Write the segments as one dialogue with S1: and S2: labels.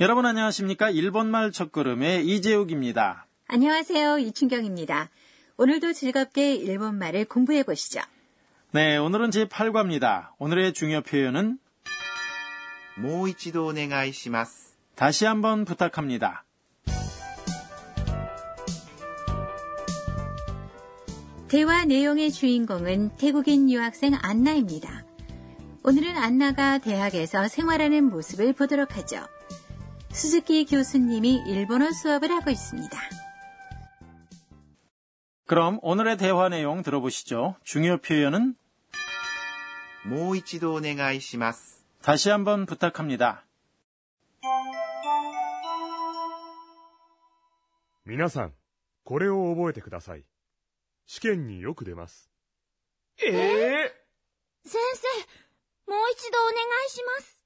S1: 여러분 안녕하십니까? 일본말 첫걸음의 이재욱입니다.
S2: 안녕하세요. 이춘경입니다. 오늘도 즐겁게 일본말을 공부해 보시죠.
S1: 네, 오늘은 제8과입니다. 오늘의 중요 표현은
S3: もう一度お願いします。
S1: 다시 한번 부탁합니다.
S2: 대화 내용의 주인공은 태국인 유학생 안나입니다. 오늘은 안나가 대학에서 생활하는 모습을 보도록 하죠. 수즈키 교수님이 일본어 수업을 하고 있습니다.
S1: 그럼 오늘의 대화 내용 들어보시죠. 중요 표현은
S3: もう一度お願いします。
S1: 다시 한번 부탁합니다.
S4: 皆さん、これを覚えてください。試験によく出ます。
S5: 先生、もう一度お願いします。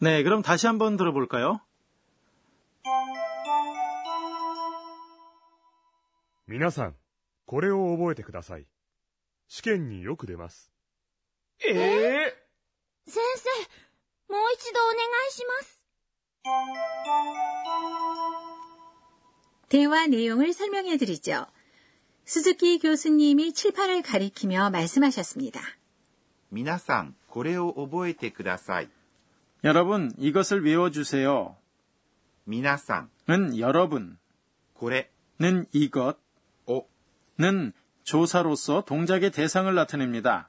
S1: 네, 그럼 다시 한번 들어볼까요?
S4: 皆さん、これを覚えてください。試験によく出ます。
S5: 先生、もう一度お願いします。
S2: 대화 내용을 설명해 드리죠. 수즈키 교수님이 칠판을 가리키며 말씀하셨습니다.
S3: 皆さん、これを覚えてください。
S1: 여러분, 이것을 외워주세요.
S3: 皆さん、
S1: 는 여러분,
S3: これ
S1: 는 이것,
S3: を
S1: 는 조사로서 동작의 대상을 나타냅니다.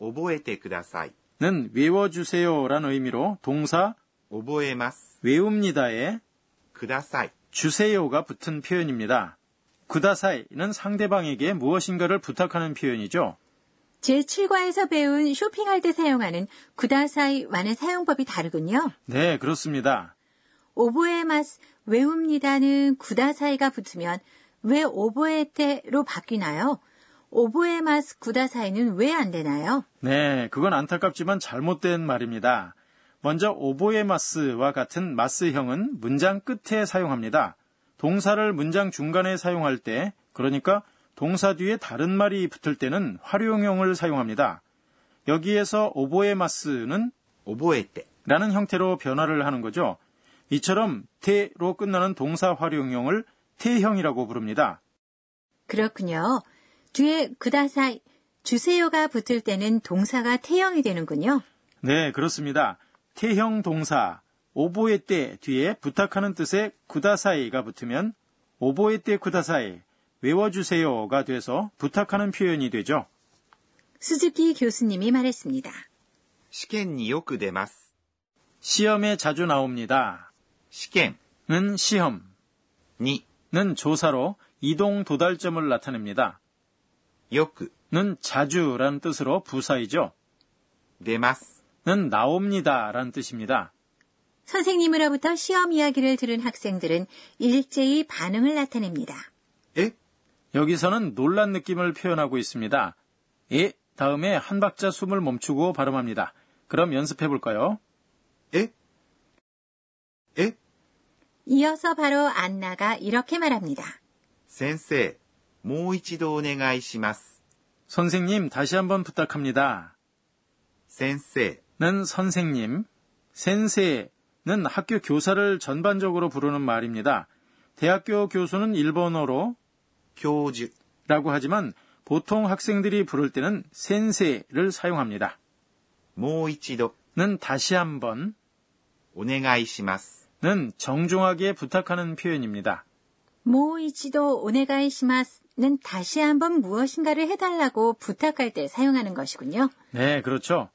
S3: 覚えてください。
S1: 는 외워주세요라는 의미로 동사
S3: 覚えます。
S1: 외웁니다에
S3: ください。
S1: 주세요가 붙은 표현입니다. 구다사이는 상대방에게 무엇인가를 부탁하는 표현이죠.
S2: 제7과에서 배운 쇼핑할 때 사용하는 구다사이와는 사용법이 다르군요.
S1: 네, 그렇습니다.
S2: 오보에마스 외웁니다는 구다사이가 붙으면 왜 오보에테로 바뀌나요? 오보에마스 구다사이는 왜 안 되나요?
S1: 네, 그건 안타깝지만 잘못된 말입니다. 먼저 오보에마스와 같은 마스형은 문장 끝에 사용합니다. 동사를 문장 중간에 사용할 때, 그러니까 동사 뒤에 다른 말이 붙을 때는 활용형을 사용합니다. 여기에서 오보에마스는
S3: 覚えて、
S1: 라는 형태로 변화를 하는 거죠. 이처럼 테로 끝나는 동사 활용형을 테형이라고 부릅니다.
S2: 그렇군요. 뒤에 구다사이, 주세요가 붙을 때는 동사가 태형이 되는군요.
S1: 네, 그렇습니다. 테형 동사 오보에 때 뒤에 부탁하는 뜻의 구다사이가 붙으면 오보에 때 구다사이 외워주세요가 돼서 부탁하는 표현이 되죠.
S2: 수즈키 교수님이 말했습니다.
S3: 試験によく出ます。
S1: 시험에 자주 나옵니다.
S3: 試験
S1: 는 시험,
S3: に
S1: 는 조사로 이동 도달점을 나타냅니다.
S3: よく
S1: 는 자주라는 뜻으로 부사이죠.
S3: 出ます。
S1: 는 나옵니다라는 뜻입니다.
S2: 선생님으로부터 시험 이야기를 들은 학생들은 일제히 반응을 나타냅니다.
S3: え
S1: 여기서는 놀란 느낌을 표현하고 있습니다. 예 다음에 한 박자 숨을 멈추고 발음합니다. 그럼 연습해 볼까요?
S3: ええ
S2: 이어서 바로 안나가 이렇게 말합니다.
S3: 先生、もう一度お願いします。
S1: 선생님 다시 한번 부탁합니다.
S3: 先生、
S1: 는 선생님, 센세는 학교 교사를 전반적으로 부르는 말입니다. 대학교 교수는 일본어로
S3: 教授、
S1: 라고 하지만 보통 학생들이 부를 때는 센세를 사용합니다.
S3: もう一度
S1: 는 다시 한번,
S3: お願いします。
S1: 는 정중하게 부탁하는 표현입니다.
S2: 모이치도 오네가이시마스는 다시 한번 무엇인가를 해달라고 부탁할 때 사용하는 것이군요.
S1: 네, 그렇죠.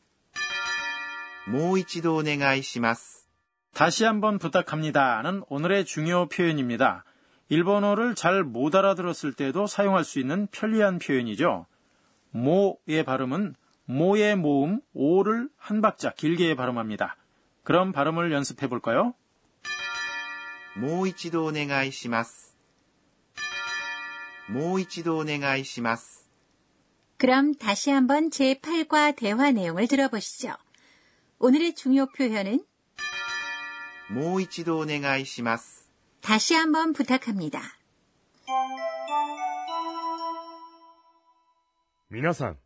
S3: もう一度お願いします。
S1: 다시 한번 부탁합니다는 오늘의 중요 표현입니다. 일본어를 잘 못 알아들었을 때도 사용할 수 있는 편리한 표현이죠. 모의 발음은 모의 모음 오를 한 박자 길게 발음합니다. 그럼 발음을 연습해 볼까요?
S3: もう一度お願いします。もう一度お願いします。
S2: 그럼 다시 한번 제8과 대화 내용을 들어보시죠. 오늘의 중요 표현은
S3: もう一度お願いします。
S2: 다시 한번 부탁합니다.
S4: 皆さん、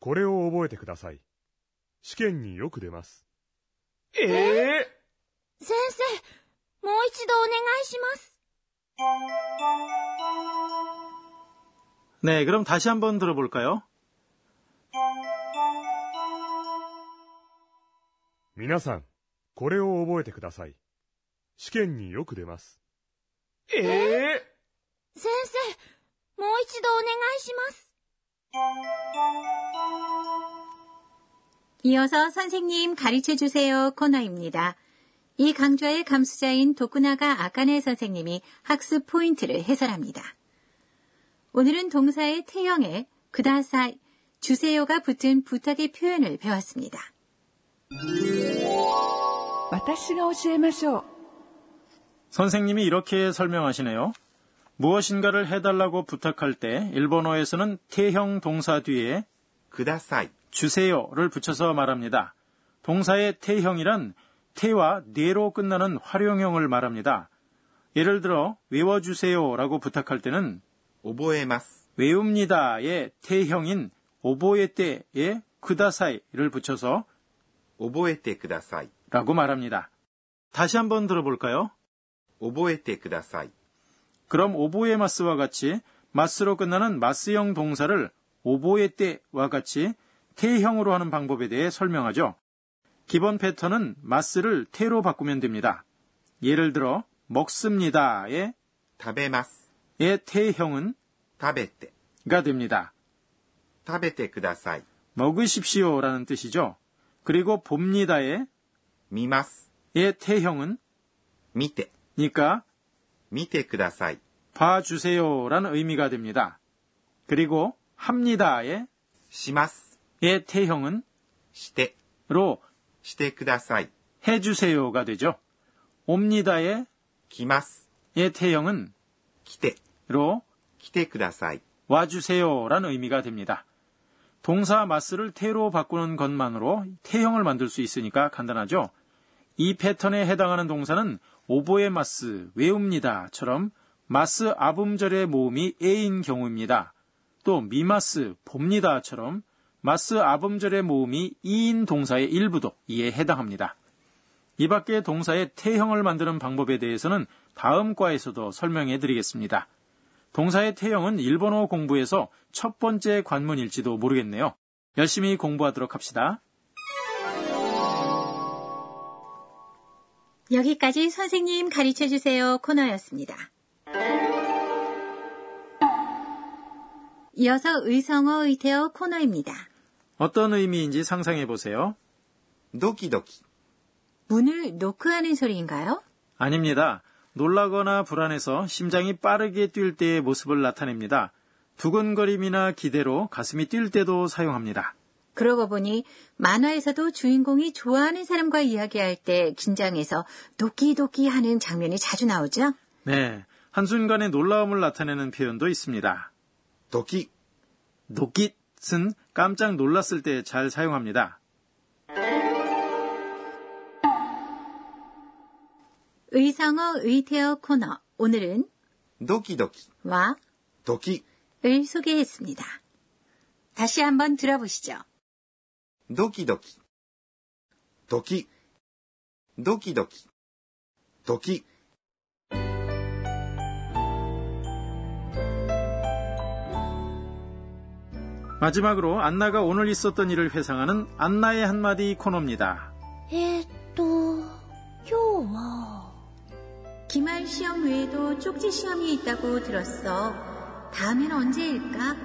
S4: これを覚えてください。試験によく出ます。ええ
S5: 先生、もう一度お願いします。
S1: 네, 그럼 다시 한번 들어볼까요?
S4: 皆さん、これを覚えてください。試験によく出ます。ええ
S5: 先生、もう一度お願いします。
S2: 이어서 선생님 가르쳐 주세요 코너입니다. 이 강좌의 감수자인 도쿠나가 아까네 선생님이 학습 포인트를 해설합니다. 오늘은 동사의 태형에 그다사이 주세요가 붙은 부탁의 표현을 배웠습니다.
S6: 私が教えましょう。
S1: 선생님이 이렇게 설명하시네요. 무엇인가를 해달라고 부탁할 때 일본어에서는 태형 동사 뒤에
S3: ください
S1: 주세요를 붙여서 말합니다. 동사의 태형이란 태와 네로 끝나는 활용형을 말합니다. 예를 들어 외워주세요라고 부탁할 때는
S3: 覚えます
S1: 외웁니다의 태형인 오보에때의 그다사이를 붙여서
S3: 覚えてください
S1: 라고 말합니다. 다시 한번 들어볼까요?
S3: 覚えてください
S1: 그럼 오보에마스와 같이 마스로 끝나는 마스형 동사를 오보에때와 같이 태형으로 하는 방법에 대해 설명하죠. 기본 패턴은 마스를 태로 바꾸면 됩니다. 예를 들어 먹습니다의
S3: 食べます
S1: 의 태형은
S3: 食べて
S1: 가 됩니다.
S3: 食べてください
S1: 먹으십시오라는 뜻이죠. 그리고 봅니다의
S3: 見ます
S1: 의 태형은
S3: 見て
S1: 니까
S3: 見てください
S1: 봐주세요라는 의미가 됩니다. 그리고 합니다의
S3: します
S1: 의 태형은
S3: して
S1: 로
S3: してください
S1: 해주세요가 되죠. 옵니다의
S3: 来ます
S1: 의 태형은
S3: 来て
S1: 로
S3: 来てください
S1: 와주세요라는 의미가 됩니다. 동사 마스를 태로 바꾸는 것만으로 태형을 만들 수 있으니까 간단하죠. 이 패턴에 해당하는 동사는 오보에 마스, 외웁니다처럼 마스 아붐절의 모음이 에인 경우입니다. 또 미마스, 봅니다처럼 마스 아붐절의 모음이 이인 동사의 일부도 이에 해당합니다. 이 밖에 동사의 태형을 만드는 방법에 대해서는 다음 과에서도 설명해 드리겠습니다. 동사의 태형은 일본어 공부에서 첫 번째 관문일지도 모르겠네요. 열심히 공부하도록 합시다.
S2: 여기까지 선생님 가르쳐 주세요 코너였습니다. 이어서 의성어 의태어 코너입니다.
S1: 어떤 의미인지 상상해 보세요.
S3: ドキドキ
S2: 문을 노크하는 소리인가요?
S1: 아닙니다. 놀라거나 불안해서 심장이 빠르게 뛸 때의 모습을 나타냅니다. 두근거림이나 기대로 가슴이 뛸 때도 사용합니다.
S2: 그러고 보니 만화에서도 주인공이 좋아하는 사람과 이야기할 때 긴장해서 도끼도끼 하는 장면이 자주 나오죠.
S1: 네. 한순간의 놀라움을 나타내는 표현도 있습니다.
S3: ドキ
S1: 노깃은 깜짝 놀랐을 때 잘 사용합니다.
S2: 의성어 의태어 코너 오늘은
S3: ドキドキ
S2: 와,
S3: ドキ
S2: 을 소개했습니다. 다시 한번 들어보시죠.
S3: ドキドキドキドキドキドキ
S1: 마지막으로 안나가 오늘 있었던 일을 회상하는 안나의 한마디 코너입니다.
S5: えーっと、今日は、
S2: 기말 시험 외에도 쪽지 시험이 있다고 들었어. 다음엔 언제일까?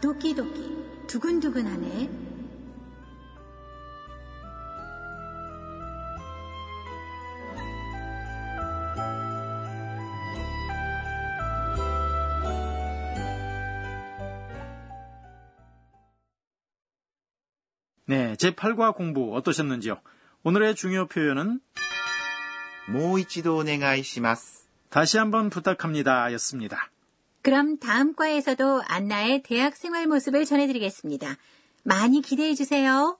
S2: 도끼도끼 두근두근하네.
S1: 네, 제8과 공부 어떠셨는지요? 오늘의 중요 표현은
S3: もう一度お願いします
S1: 다시 한번 부탁합니다 였습니다.
S2: 그럼 다음 과에서도 안나의 대학 생활 모습을 전해드리겠습니다. 많이 기대해 주세요.